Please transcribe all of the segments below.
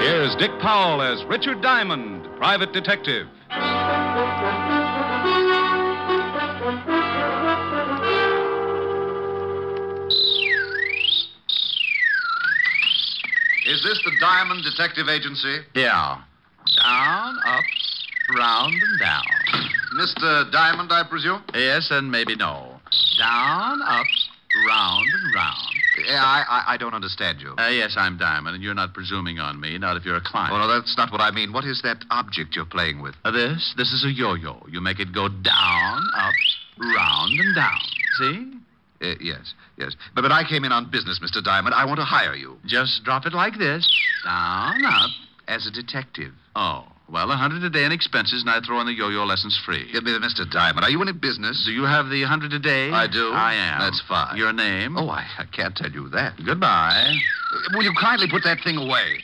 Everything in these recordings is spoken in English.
Here's Dick Powell as Richard Diamond, private detective. Is this the Diamond Detective Agency? Yeah. Down, up, round, and down. Mr. Diamond, I presume? Yes, and maybe no. Down, up, round, and round. Yeah, I, I, I don't understand you. Uh, yes, I'm Diamond, and you're not presuming on me, not if you're a client. Oh, no, that's not what I mean. What is that object you're playing with? Uh, this, this is a yo-yo. You make it go down, up, round, and down. See? Uh, yes, yes. But, but I came in on business, Mr. Diamond. I want to hire you. Just drop it like this. Down, up. As a detective. Oh, well, a hundred a day in expenses, and I throw in the yo-yo lessons free. Yeah, but, Mr. Diamond, are you in business? Do you have the hundred a day? I do. I am. That's fine. Your name? Oh, I, I can't tell you that. Uh, Goodbye. Will you kindly put that thing away?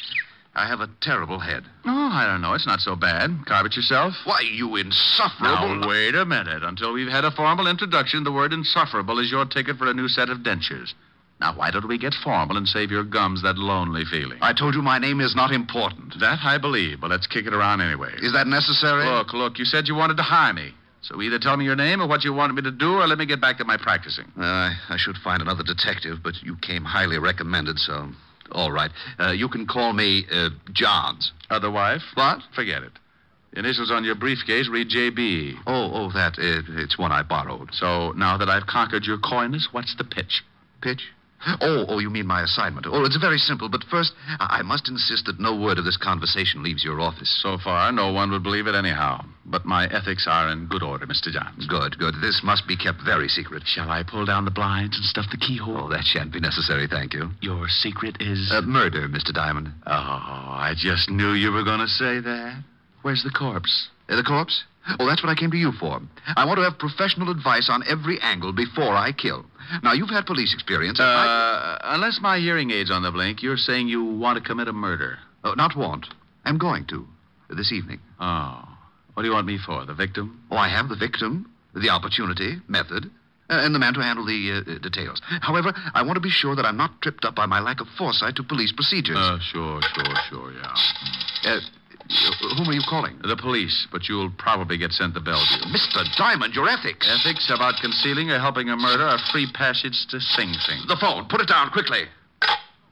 I have a terrible head. Oh, I don't know. It's not so bad. Carve it yourself. Why, you insufferable. Now, wait a minute. Until we've had a formal introduction, the word insufferable is your ticket for a new set of dentures. Now, why don't we get formal and save your gums that lonely feeling? I told you my name is not important. That I believe, but let's kick it around anyway. Is that necessary? Look, look, you said you wanted to hire me. So either tell me your name or what you wanted me to do, or let me get back to my practicing. Uh, I, I should find another detective, but you came highly recommended, so. All right. Uh, you can call me uh, Johns. Other wife? What? Forget it. Initials on your briefcase read J.B. Oh, oh, that. It, it's one I borrowed. So now that I've conquered your coyness, what's the pitch? Pitch? Oh, oh, you mean my assignment. Oh, it's very simple, but first, I I must insist that no word of this conversation leaves your office. So far, no one would believe it anyhow. But my ethics are in good order, Mr. Johns. Good, good. This must be kept very secret. Shall I pull down the blinds and stuff the keyhole? Oh, that shan't be necessary, thank you. Your secret is. Uh, murder, Mr. Diamond. oh, I just knew you were going to say that. Where's the corpse? Uh, the corpse? Oh, that's what I came to you for. I want to have professional advice on every angle before I kill. Now, you've had police experience. Uh, and I- unless my hearing aid's on the blink, you're saying you want to commit a murder. Uh, not want. I'm going to. This evening. Oh. What do you want me for? The victim? Oh, I have the victim, the opportunity, method, uh, and the man to handle the uh, uh, details. However, I want to be sure that I'm not tripped up by my lack of foresight to police procedures. Uh, sure, sure, sure, yeah. Uh, whom are you calling? The police, but you'll probably get sent to Bellevue. Mr. Diamond, your ethics. Ethics about concealing or helping a murder are free passage to Sing Sing. The phone. Put it down quickly.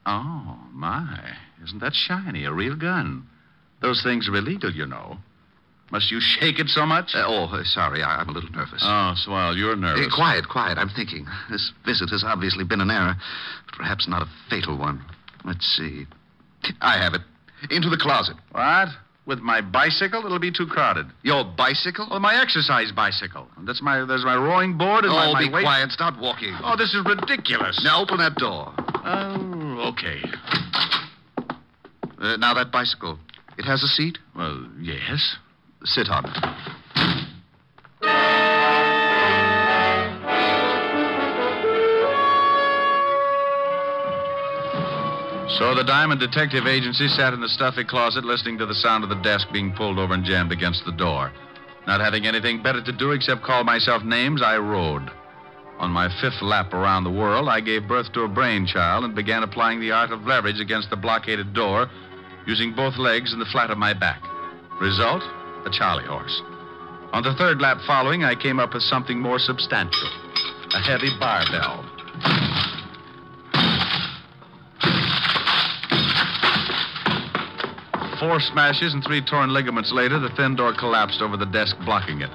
Oh, my. Isn't that shiny? A real gun. Those things are illegal, you know. Must you shake it so much? Uh, oh, uh, sorry, I, I'm a little nervous. oh, swell, you're Uh, nervous. quiet, quiet. I'm thinking. This visit has obviously been an error, but perhaps not a fatal one. Let's see. I have it. Into the closet. What? With my bicycle? It'll be too crowded. Your bicycle? Well, my exercise bicycle. That's my, there's my rowing board and my, oh, my be weight- quiet. Stop walking. Oh, this is ridiculous. Now open that door. Oh, okay. Uh, now that bicycle. It has a seat. Well, yes. Sit on it. So the Diamond Detective Agency sat in the stuffy closet listening to the sound of the desk being pulled over and jammed against the door. Not having anything better to do except call myself names, I rode. On my fifth lap around the world, I gave birth to a brainchild and began applying the art of leverage against the blockaded door, using both legs and the flat of my back. Result? A Charlie horse. On the third lap following, I came up with something more substantial a heavy barbell. Four smashes and three torn ligaments later, the thin door collapsed over the desk, blocking it.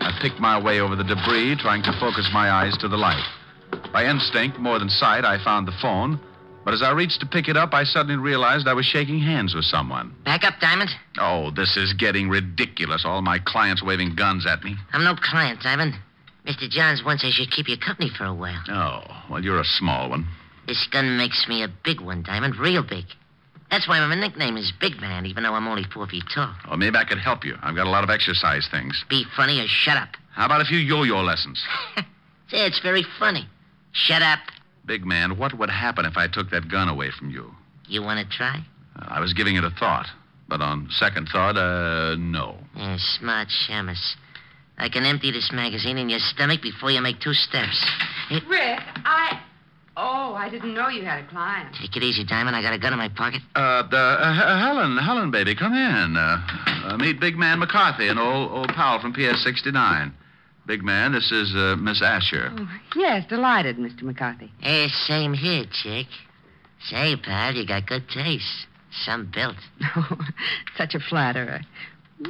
I picked my way over the debris, trying to focus my eyes to the light. By instinct, more than sight, I found the phone, But as I reached to pick it up, I suddenly realized I was shaking hands with someone. Back up, Diamond. Oh, this is getting ridiculous. All my clients waving guns at me. I'm no client, Diamond. Mr. Johns wants I should keep you company for a while. Oh, well, you're a small one. This gun makes me a big one, Diamond, real big. That's why my nickname is Big Man, even though I'm only four feet tall. Oh, maybe I could help you. I've got a lot of exercise things. Be funny or shut up. How about a few yo yo lessons? Say, it's very funny. Shut up. Big man, what would happen if I took that gun away from you? You want to try? Uh, I was giving it a thought, but on second thought, uh, no. Yeah, smart shamus. I can empty this magazine in your stomach before you make two steps. Hey, Rick, I. Oh, I didn't know you had a client. take it easy, Diamond. I got a gun in my pocket. Uh, the, uh, H- uh, Helen, Helen, baby, come in. Uh, uh, meet Big Man McCarthy, an old, old pal from PS 69. Big Man, this is uh, Miss Asher. yes, delighted, Mr. McCarthy. Hey, same here, chick. Say, pal, you got good taste. Some built. Oh, such a flatterer.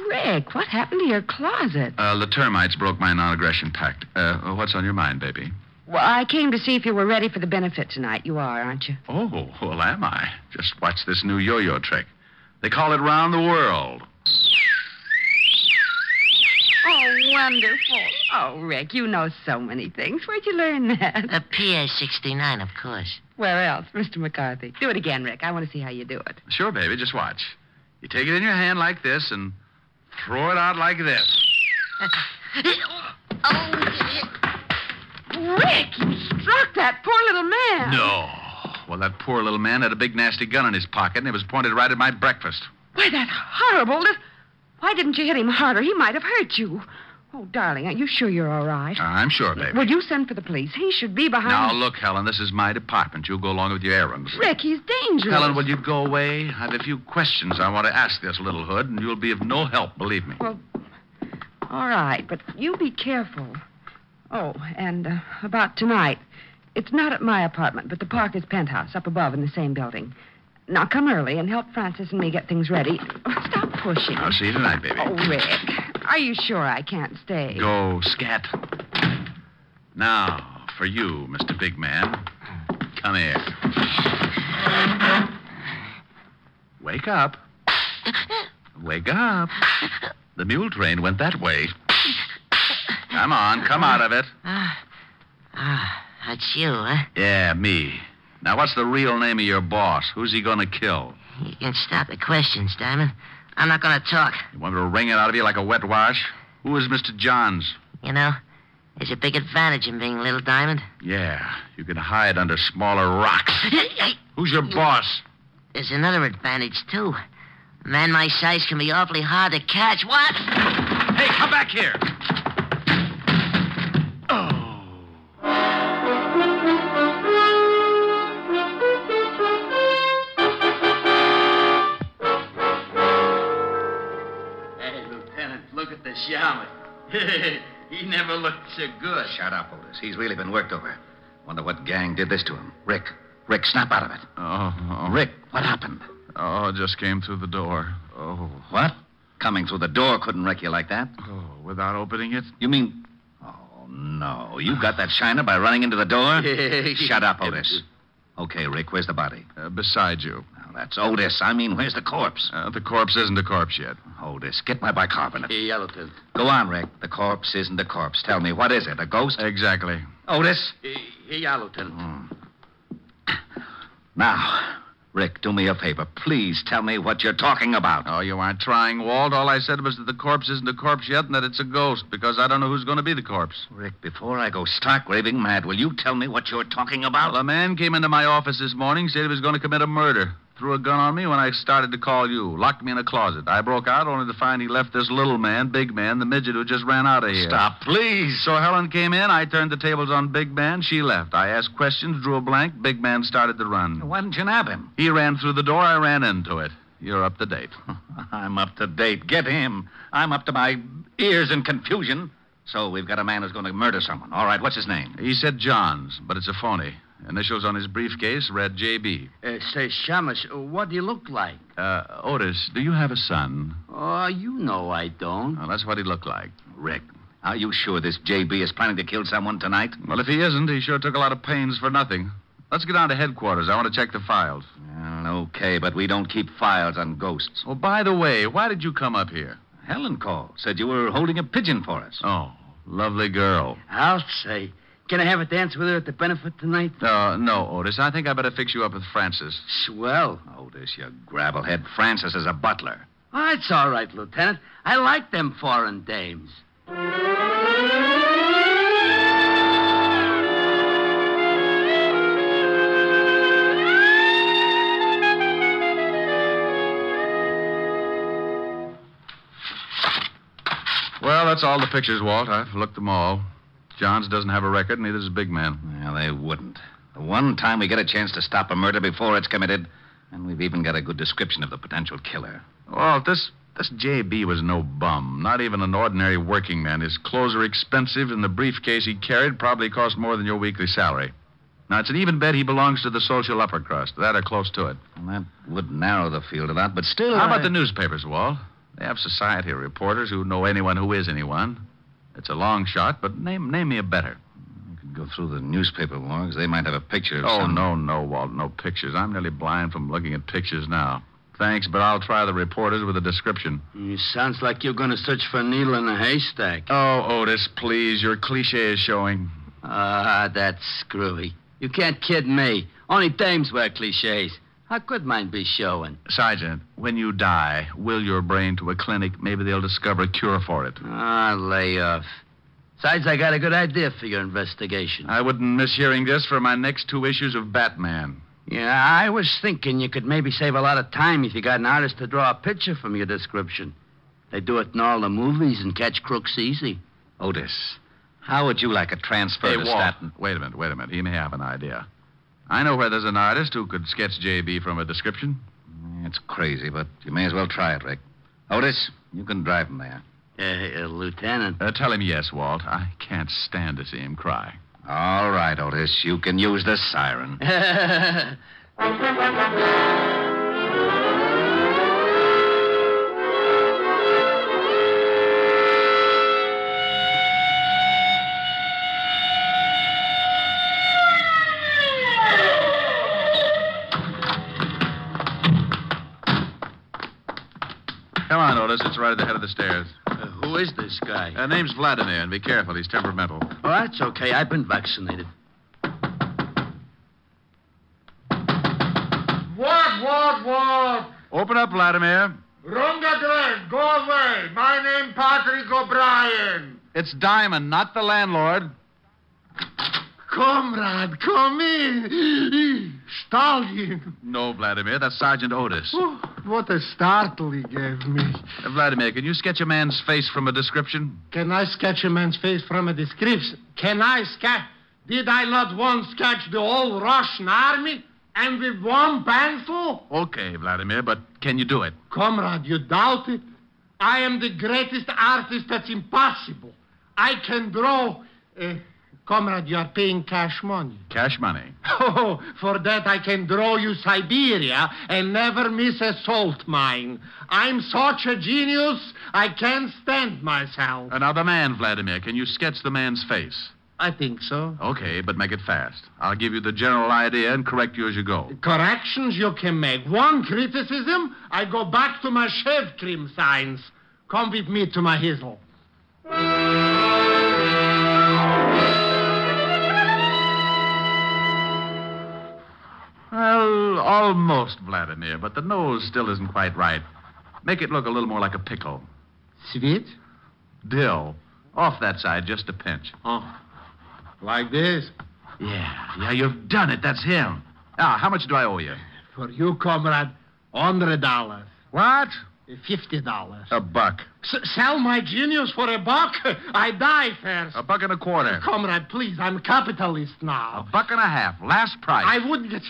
Rick, what happened to your closet? Uh, the termites broke my non aggression pact. Uh, what's on your mind, baby? Well, I came to see if you were ready for the benefit tonight. You are, aren't you? Oh, well, am I? Just watch this new yo yo trick. They call it Round the World. Oh, wonderful. Oh, Rick, you know so many things. Where'd you learn that? Uh, A PS 69, of course. Where else? Mr. McCarthy. Do it again, Rick. I want to see how you do it. Sure, baby, just watch. You take it in your hand like this and throw it out like this. Oh. Rick, you struck that poor little man. No. Well, that poor little man had a big nasty gun in his pocket, and it was pointed right at my breakfast. Why, that horrible. li- Why didn't you hit him harder? He might have hurt you. Oh, darling, are you sure you're all right? I'm sure, baby. Will you send for the police? He should be behind. Uh, Now, look, Helen, this is my department. You go along with your errands. Rick, he's dangerous. Helen, will you go away? I have a few questions I want to ask this little hood, and you'll be of no help, believe me. Well, all right, but you be careful. Oh, and uh, about tonight. It's not at my apartment, but the Parker's penthouse up above in the same building. Now come early and help Francis and me get things ready. Oh, Stop pushing. I'll see you tonight, baby. Oh, Rick, are you sure I can't stay? Go, scat. Now, for you, Mr. Big Man. Come here. Wake up. Wake up. The mule train went that way. Come on, come out of it. Ah, that's you, huh? Yeah, me. Now, what's the real name of your boss? Who's he going to kill? You can stop the questions, Diamond. I'm not going to talk. You want me to wring it out of you like a wet wash? Who is Mr. Johns? You know, there's a big advantage in being little, Diamond. Yeah, you can hide under smaller rocks. Who's your boss? There's another advantage, too. A man my size can be awfully hard to catch. What? Hey, come back here. Oh. Hey, Lieutenant, look at the shaman. he never looked so good. Shut up, Otis. He's really been worked over. Wonder what gang did this to him. Rick. Rick, snap out of it. Oh, Rick, what happened? Oh, it just came through the door. Oh. What? Coming through the door couldn't wreck you like that. Oh, without opening it? You mean. Oh, no. You got that shiner by running into the door? Shut up, Otis. Okay, Rick, where's the body? Uh, beside you. Now, that's Otis. I mean, where's the corpse? Uh, the corpse isn't a corpse yet. Otis, get my bicarbonate. Hey, Lieutenant. Go on, Rick. The corpse isn't a corpse. Tell me, what is it? A ghost? Exactly. Otis? Hmm. Hey, yeah, Lieutenant. Now, Rick, do me a favor. Please tell me what you're talking about. Oh, you aren't trying, Walt. All I said was that the corpse isn't a corpse yet and that it's a ghost because I don't know who's going to be the corpse. Rick, before I go stark raving mad, will you tell me what you're talking Well, about? a man came into my office this morning, said he was going to commit a murder. Threw a gun on me when I started to call you. Locked me in a closet. I broke out only to find he left this little man, Big Man, the midget who just ran out of here. Stop, please. So Helen came in. I turned the tables on Big Man. She left. I asked questions, drew a blank. Big Man started to run. Why didn't you nab him? He ran through the door. I ran into it. You're up to date. I'm up to date. Get him. I'm up to my ears in confusion. So we've got a man who's going to murder someone. All right, what's his name? He said Johns, but it's a phony. Initials on his briefcase read J.B. Uh, say, Shamus, uh, what do you look like? Uh, Otis, do you have a son? Oh, you know I don't. Well, that's what he looked like. Rick. Are you sure this JB is planning to kill someone tonight? Well, if he isn't, he sure took a lot of pains for nothing. Let's get down to headquarters. I want to check the files. Well, okay, but we don't keep files on ghosts. Oh, by the way, why did you come up here? Helen called, said you were holding a pigeon for us. Oh, lovely girl. I'll say. Can I have a dance with her at the benefit tonight? Uh, no, Otis. I think I better fix you up with Francis. Swell. Otis, you gravelhead. Francis is a butler. Oh, it's all right, Lieutenant. I like them foreign dames. Well, that's all the pictures, Walt. I've looked them all. Johns doesn't have a record, neither does Big Man. Well, they wouldn't. The one time we get a chance to stop a murder before it's committed, and we've even got a good description of the potential killer. Walt, this this JB was no bum. Not even an ordinary working man. His clothes are expensive, and the briefcase he carried probably cost more than your weekly salary. Now, it's an even bet he belongs to the social upper crust. That or close to it. And that would narrow the field of that, but still. How about I- the newspapers, Walt? They have society reporters who know anyone who is anyone. It's a long shot, but name name me a better. You could go through the newspaper logs. They might have a picture of Oh, some- no, no, Walt, no pictures. I'm nearly blind from looking at pictures now. Thanks, but I'll try the reporters with a description. You sounds like you're going to search for a needle in a haystack. Oh, Otis, please, your cliche is showing. Ah, that's screwy. You can't kid me. Only dames wear cliches. How could mine be showing? Sergeant, when you die, will your brain to a clinic. Maybe they'll discover a cure for it. Ah, lay off. Besides, I got a good idea for your investigation. Uh, I wouldn't miss hearing this for my next two issues of Batman. Yeah, I was thinking you could maybe save a lot of time if you got an artist to draw a picture from your description. They do it in all the movies and catch crooks easy. Otis, how would you like a transfer Hey, to Walt, Staten? wait a minute, wait a minute. He may have an idea. I know where there's an artist who could sketch J.B. from a description. It's crazy, but you may as well try it, Rick. Otis, you can drive him there. Uh, uh, Lieutenant. Uh, tell him yes, Walt. I can't stand to see him cry. All right, Otis, you can use the siren. Come on, Otis. It's right at the head of the stairs. Uh, who is this guy? Uh, name's Vladimir, and be careful. He's temperamental. oh, that's okay. I've been vaccinated. What, what, what? Open up, Vladimir. Wrong address. Go away. My name Patrick O'Brien. It's Diamond, not the landlord. Comrade, come in. Stalin. No, Vladimir. That's Sergeant Otis. Oh, what a startle he gave me. Uh, Vladimir, can you sketch a man's face from a description? Can I sketch a man's face from a description? Can I sketch? Did I not once sketch the whole Russian army? And with one pencil? Okay, Vladimir, but can you do it? Comrade, you doubt it? I am the greatest artist that's impossible. I can draw. Uh, comrade, you are paying cash money. Cash money. Oh, for that I can draw you Siberia and never miss a salt mine. I'm such a genius, I can't stand myself. Another man, Vladimir. Can you sketch the man's face? I think so. Okay, but make it fast. I'll give you the general idea and correct you as you go. Corrections you can make. One criticism, I go back to my shave cream signs. Come with me to my hizzle. Well, almost, Vladimir, but the nose still isn't quite right. Make it look a little more like a pickle. Sweet? Dill. Off that side, just a pinch. Oh, like this. Yeah, yeah, you've done it. That's him. Ah, how much do I owe you? For you, comrade, hundred dollars, What? fifty dollars. A buck. sell my genius for a buck? I die first. A buck and a quarter. Comrade, please, I'm capitalist A now. buck and a half. Last price. I wouldn't get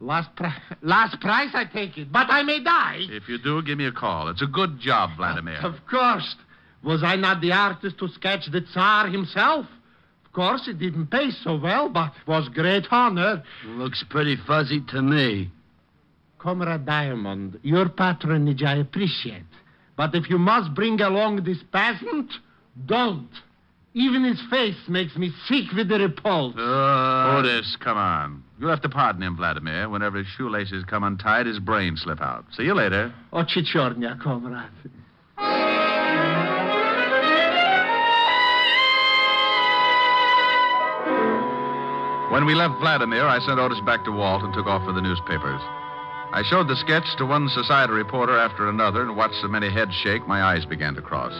last pri- last price. I take it, but I may die. If you do, give me a call. It's a good job, Vladimir. Of course, was I not the artist to sketch the Tsar himself? Of course, it didn't pay so well, but was great honor. Looks pretty fuzzy to me. Comrade Diamond, your patronage I appreciate. But if you must bring along this peasant, don't. Even his face makes me sick with the repulse. Uh. Uh, Otis, come on. You'll have to pardon him, Vladimir. Whenever his shoelaces come untied, his brains slip out. See you later. O cicornia, Oh, comrade. When we left Vladimir, I sent Otis back to Walt and took off for the newspapers. I showed the sketch to one society reporter after another and watched so many heads shake, my eyes began to cross.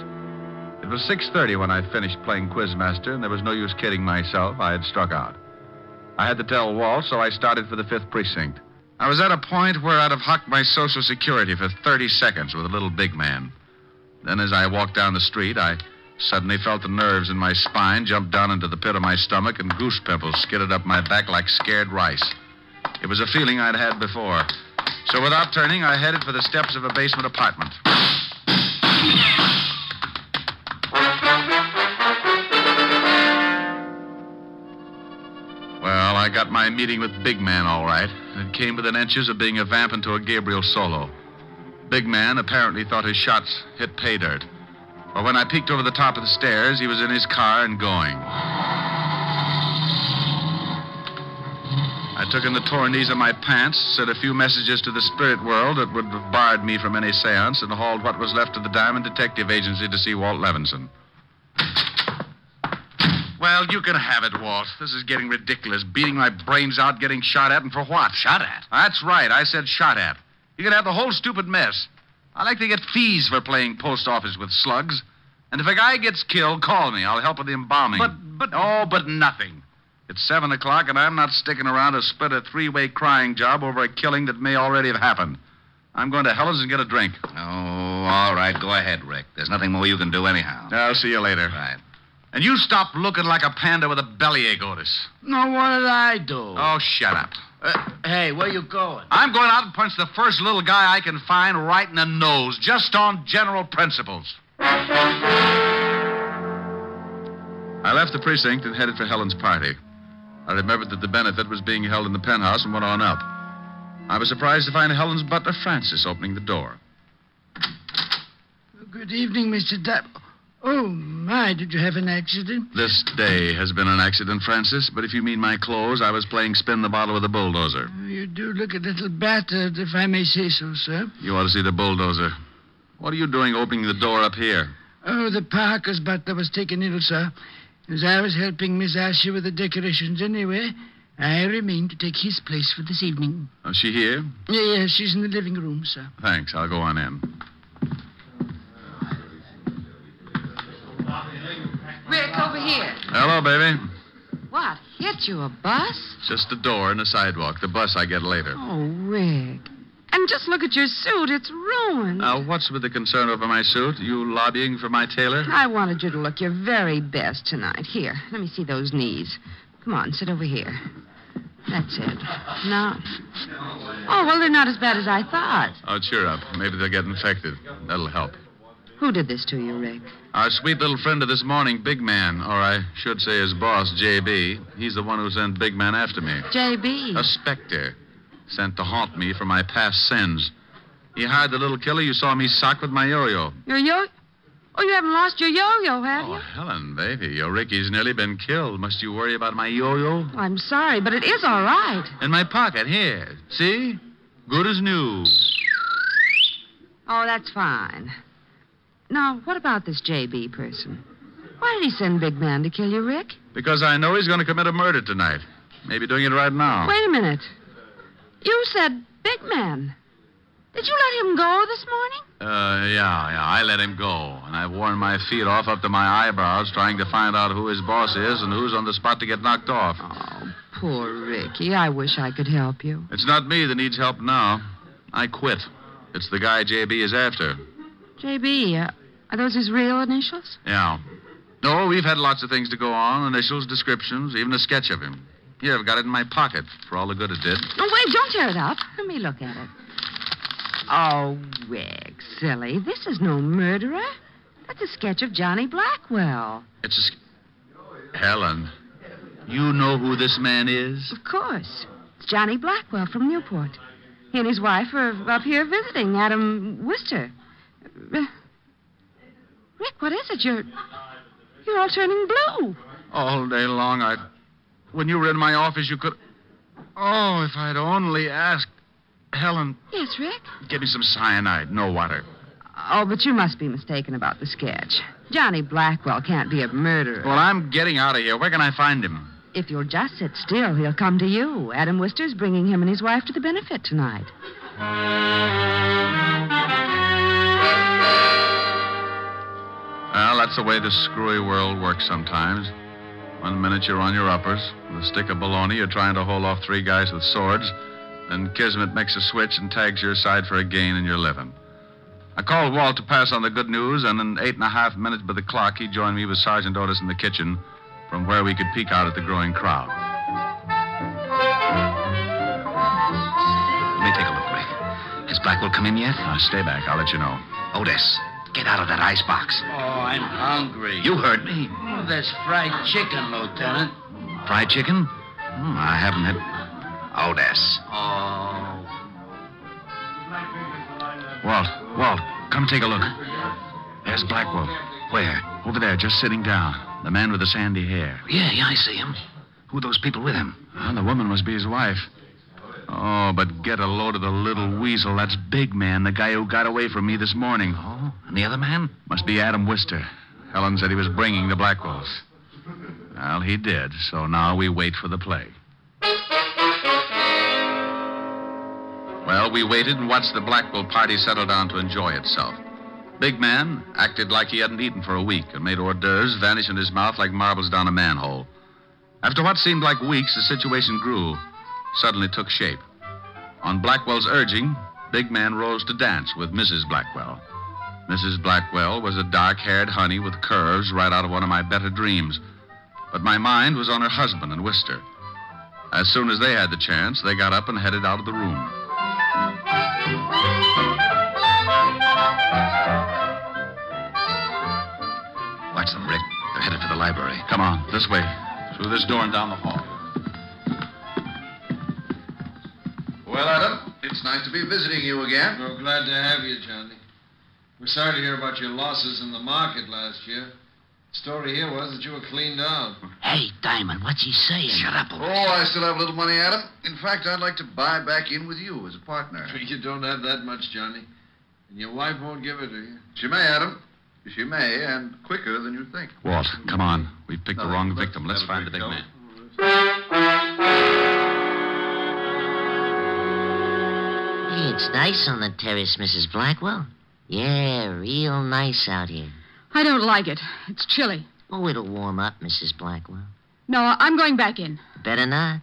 It was 6.30 when I finished playing Quizmaster, and there was no use kidding myself. I had struck out. I had to tell Walt, so I started for the 5th Precinct. I was at a point where I'd have hocked my Social Security for 30 seconds with a little big man. Then, as I walked down the street, I suddenly felt the nerves in my spine jump down into the pit of my stomach, and goose pimples skidded up my back like scared rice. It was a feeling I'd had before. So, without turning, I headed for the steps of a basement apartment. Well, I got my meeting with Big Man all right. It came within inches of being a vamp into a Gabriel solo. Big Man apparently thought his shots hit pay dirt. But when I peeked over the top of the stairs, he was in his car and going. I took in the torn knees of my pants, sent a few messages to the spirit world that would have barred me from any seance, and hauled what was left of the Diamond Detective Agency to see Walt Levinson. Well, you can have it, Walt. This is getting ridiculous. Beating my brains out, getting shot at, and for what? Shot at? That's right. I said shot at. You can have the whole stupid mess. I like to get fees for playing post office with slugs. And if a guy gets killed, call me. I'll help with the embalming. But, but. Oh, but nothing. It's seven o'clock, and I'm not sticking around to split a three way crying job over a killing that may already have happened. I'm going to Helen's and get a drink. Oh, all right. Go ahead, Rick. There's nothing more you can do anyhow. I'll see you later. Right. And you stop looking like a panda with a bellyache, Otis. No, what did I do? Oh, shut up. Uh, hey, where you going? I'm going out and punch the first little guy I can find right in the nose, just on general principles. I left the precinct and headed for Helen's party. I remembered that the benefit was being held in the penthouse and went on up. I was surprised to find Helen's butler, Francis, opening the door. Good evening, Mr. Dab. Oh, my, did you have an accident? This day has been an accident, Francis, but if you mean my clothes, I was playing spin the bottle with a bulldozer. You do look a little battered, if I may say so, sir. You ought to see the bulldozer. What are you doing opening the door up here? Oh, the Parker's butler was taken ill, sir. As I was helping Miss Asher with the decorations anyway, I remained to take his place for this evening. Is Oh, she here? Yeah, yeah, she's in the living room, sir. Thanks. I'll go on in. Rick, over here. Hello, baby. What? Hit you a bus? Just the door and the sidewalk. The bus I get later. Oh, Rick. And just look at your suit. It's ruined. Now, what's with the concern over my suit? You lobbying for my tailor? I wanted you to look your very best tonight. Here, let me see those knees. Come on, sit over here. That's it. Now. Oh, well, they're not as bad as I thought. Oh, cheer up. Maybe they'll get infected. That'll help. Who did this to you, Rick? Our sweet little friend of this morning, Big Man, or I should say his boss, J.B., he's the one who sent Big Man after me. J.B. A specter sent to haunt me for my past sins. He hired the little killer you saw me sock with my yo-yo. Your yo. Oh, you haven't lost your yo-yo, have Oh, you? Helen, baby, your Ricky's nearly been killed. Must you worry about my yo-yo? Oh, I'm sorry, but it is all right. In my pocket here. See? Good as new. Oh, that's fine. Now, what about this J.B. person? Why did he send Big Man to kill you, Rick? Because I know he's going to commit a murder tonight. Maybe doing it right now. Wait a minute. You said Big Man. Did you let him go this morning? Uh, yeah, yeah. I let him go, and I've worn my feet off up to my eyebrows trying to find out who his boss is and who's on the spot to get knocked off. Oh, poor Ricky. I wish I could help you. It's not me that needs help now. I quit. It's the guy JB is after. J.B., uh, are those his real initials? Yeah. No, we've had lots of things to go on initials, descriptions, even a sketch of him. Here, I've got it in my pocket for all the good it did. Oh, wait, don't tear it up. Let me look at it. Oh, Rick, silly. This is no murderer. That's a sketch of Johnny Blackwell. It's a. sk- Helen, you know who this man is? Of course. It's Johnny Blackwell from Newport. He and his wife are up here visiting Adam Wister. Uh, Rick, what is it? You're. You're all turning blue. All day long, I. When you were in my office, you could. Oh, if I'd only asked. Helen, Yes, Rick. give me some cyanide, no water. Oh, but you must be mistaken about the sketch. Johnny Blackwell can't be a murderer. Well, I'm getting out of here. Where can I find him? If you'll just sit still, he'll come to you. Adam Wister's bringing him and his wife to the benefit tonight. Well, that's the way this screwy world works sometimes. One minute you're on your uppers. With a stick of baloney, you're trying to hold off three guys with swords. Then Kismet makes a switch and tags your side for a gain, and you're living. I called Walt to pass on the good news, and in eight and a half minutes by the clock, he joined me with Sergeant Otis in the kitchen, from where we could peek out at the growing crowd. Let me take a look, Rick. Has Blackwell come in yet? Now, Uh, stay back. I'll let you know. Otis, get out of that icebox. Oh, I'm hungry. You heard me. Oh, there's fried chicken, Lieutenant. Fried chicken? Hmm, I haven't had. Otis. Oh. Walt, Walt, come take a look. There's Blackwell. Where? Over there, just sitting down. The man with the sandy hair. Yeah, yeah, I see him. Who are those people with him? Well, the woman must be his wife. Oh, but get a load of the little weasel. That's Big Man, the guy who got away from me this morning. Oh, and the other man? Must be Adam Wister. Helen said he was bringing the Blackwells. Well, he did, so now we wait for the play. Well, we waited and watched the Blackwell party settle down to enjoy itself. Big Man acted like he hadn't eaten for a week and made hors d'oeuvres vanish in his mouth like marbles down a manhole. After what seemed like weeks, the situation grew, suddenly took shape. On Blackwell's urging, Big Man rose to dance with Mrs. Blackwell. Mrs. Blackwell was a dark haired honey with curves right out of one of my better dreams. But my mind was on her husband and Wister. As soon as they had the chance, they got up and headed out of the room. Watch them, Rick. They're headed for the library. Come on, this way. Through this door and down the hall. Well, Adam, It's nice to be visiting you again. We're glad to have you, Johnny. We're sorry to hear about your losses in the market last year. The story here was that you were cleaned out. Hey, Diamond, what's he saying? Shut up, Oh, Otis. I still have a little money, Adam. In fact, I'd like to buy back in with you as a partner. You don't have that much, Johnny. And your wife won't give it to you. She may, Adam. She may, and quicker than you think. Walt, come on. We've picked the No, wrong let's victim. Let's have a find the big drink, man. Hey, it's nice on the terrace, Mrs. Blackwell. Yeah, real nice out here. I don't like it. It's chilly. Oh, it'll warm up, Mrs. Blackwell. No, I- I'm going back in. Better not.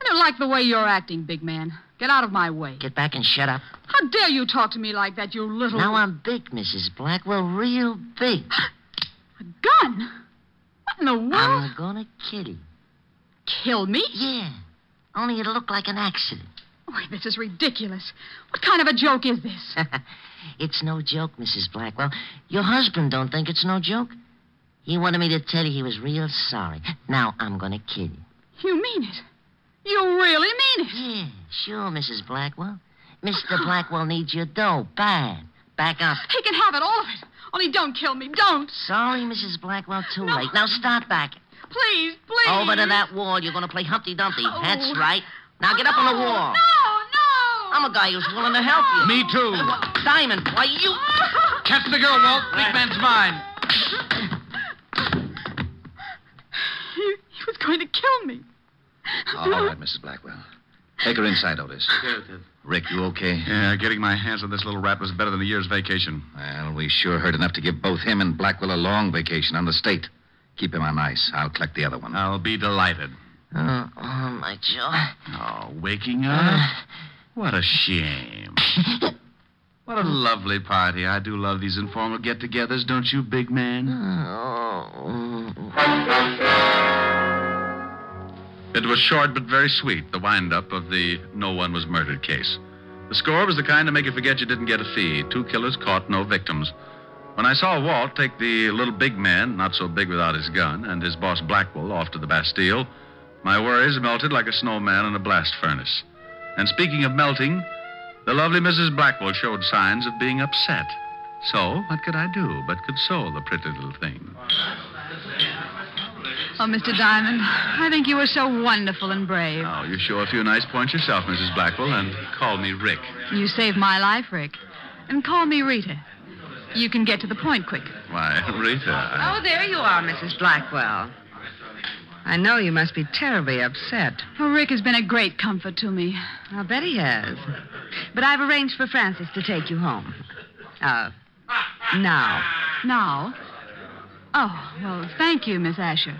I don't like the way you're acting, big man. Get out of my way. Get back and shut up. How dare you talk to me like that, you little. Now I'm big, Mrs. Blackwell, real big. A gun? What in the Um, world? I'm gonna kill you. Kill me? Yeah, only it'll look like an accident. Why, this is ridiculous. What kind of a joke is this? it's no joke, Mrs. Blackwell. Your husband don't think it's no joke. He wanted me to tell you he was real sorry. Now I'm gonna kill you. you mean it. You really mean it. Yeah, sure, Mrs. Blackwell. Mr. Blackwell needs your dough bad. Back up. He can have it, all of it. Only don't kill me. Don't. Sorry, Mrs. Blackwell, too No. late. Now start back. Please, please. Over to that wall. You're gonna play Humpty Dumpty. No. That's right. Now get up on the No, wall. No, no. I'm a guy who's willing to help you. Me too. Diamond, why you? Catch the girl, Walt. Big man's mine. He, he was going to kill me. Oh. All right, Mrs. Blackwell. Take her inside, Otis. Rick, you okay? Yeah, getting my hands on this little rat was better than a year's vacation. Well, we sure heard enough to give both him and Blackwell a long vacation on the state. Keep him on ice. I'll collect the other one. I'll be delighted. Oh, oh my jaw. Oh, waking Uh. up? What a shame. What a lovely party. I do love these informal get togethers, don't you, big man? Oh. It was short but very sweet, the wind up of the no one was murdered case. The score was the kind to make you forget you didn't get a fee. Two killers caught, no victims. When I saw Walt take the little big man, not so big without his gun, and his boss Blackwell off to the Bastille, my worries melted like a snowman in a blast furnace. And speaking of melting, the lovely Mrs. Blackwell showed signs of being upset. So, what could I do but console the pretty little thing? Oh, Mr. Diamond, I think you were so wonderful and brave. Oh, you show a few nice points yourself, Mrs. Blackwell, and call me Rick. You saved my life, Rick. And call me Rita. You can get to the point quick. Why, Rita. I- Oh, there you are, Mrs. Blackwell. I know you must be terribly upset. Oh, Rick has been a great comfort to me. I'll bet he has. But I've arranged for Francis to take you home. Uh, now. Now? Oh, well, thank you, Miss Asher.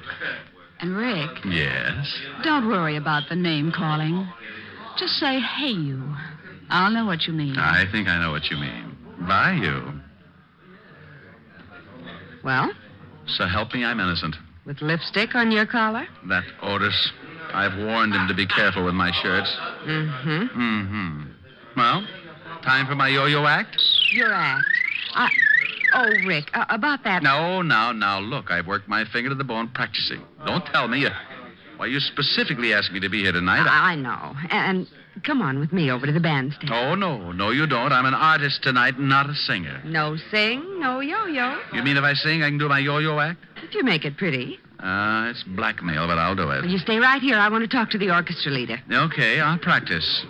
And Rick, Yes. don't worry about the name calling. Just say, hey, you. I'll know what you mean. I think I know what you mean. By you. Well, So help me, I'm innocent. with lipstick on your collar? That Otis. I've warned him to be careful with my shirts. Mm-hmm. Mm-hmm. Well, time for my yo-yo act? Your act. I... Oh, Rick, uh, about that. No, now, now, look. I've worked my finger to the bone practicing. Don't tell me. You, why, you specifically asked me to be here tonight. I, I know. And come on with me over to the bandstand. Oh, no, no, you don't. I'm an artist tonight, not a singer. No sing, no yo-yo. You mean if I sing, I can do my yo-yo act? If you make it pretty. Uh, it's blackmail, but I'll do Well, it. you stay right here. I want to talk to the orchestra leader. Okay, I'll practice.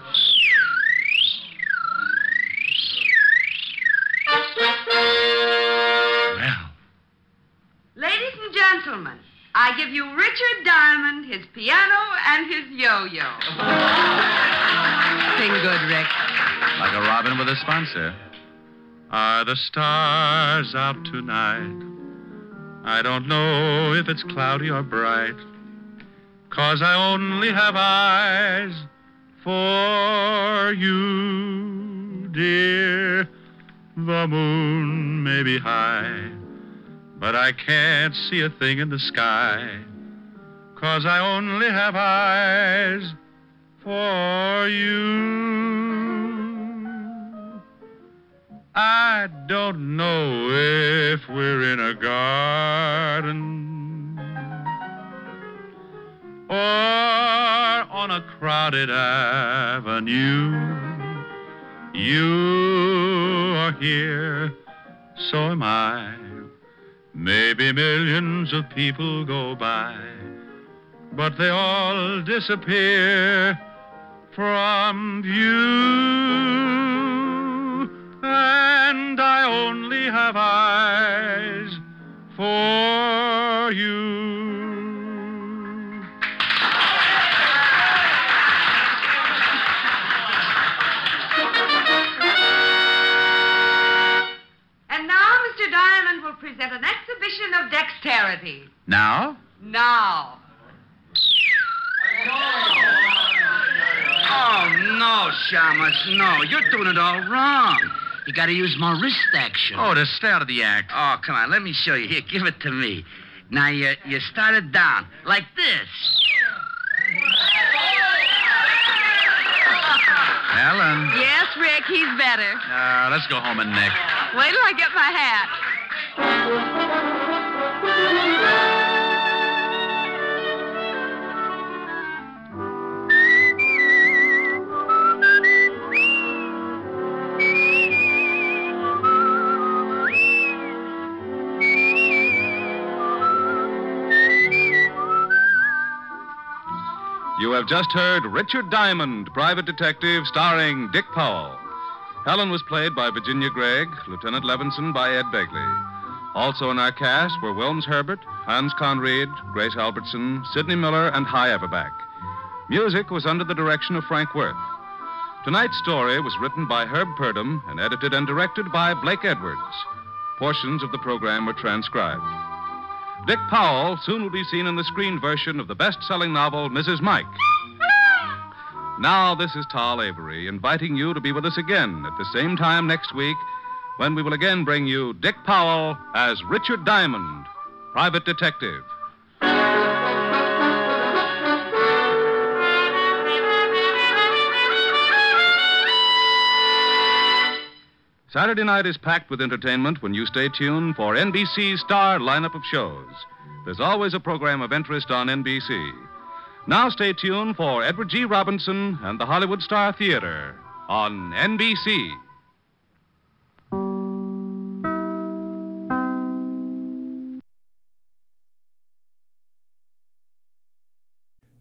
Well, Ladies and gentlemen, I give you Richard Diamond, his piano, and his yo-yo. Sing good, Rick. like a robin with a sponsor. Are the stars out tonight? I don't know if it's cloudy or bright, 'cause I only have eyes for you, dear. The moon may be high, but I can't see a thing in the sky, 'cause I only have eyes for you. I don't know if we're in a garden or on a crowded avenue. You are here, so am I. Maybe millions of people go by but they all disappear from view. And I only have eyes for you. And now Mr. Diamond will present an exhibition of dexterity. Now? Now. Oh, no, Shamus, no. You're doing it all wrong. You gotta use my wrist action. Oh, to start of the act. Oh, come on, let me show you. Here, give it to me. Now, you, you start it down, like this. Ellen. Yes, Rick, he's better. Uh, let's go home and nick. Wait till I get my hat. You have just heard Richard Diamond, Private Detective, starring Dick Powell. Helen was played by Virginia Gregg, Lieutenant Levinson by Ed Begley. Also in our cast were Wilms Herbert, Hans Conried, Grace Albertson, Sidney Miller, and High Everback. Music was under the direction of Frank Worth. Tonight's story was written by Herb Purdom and edited and directed by Blake Edwards. Portions of the program were transcribed. Dick Powell soon will be seen in the screen version of the best selling novel, Mrs. Mike. Now, this is Tal Avery inviting you to be with us again at the same time next week when we will again bring you Dick Powell as Richard Diamond, private detective. Saturday night is packed with entertainment when you stay tuned for NBC's star lineup of shows. There's always a program of interest on NBC. Now stay tuned for Edward G. Robinson and the Hollywood Star Theater on NBC.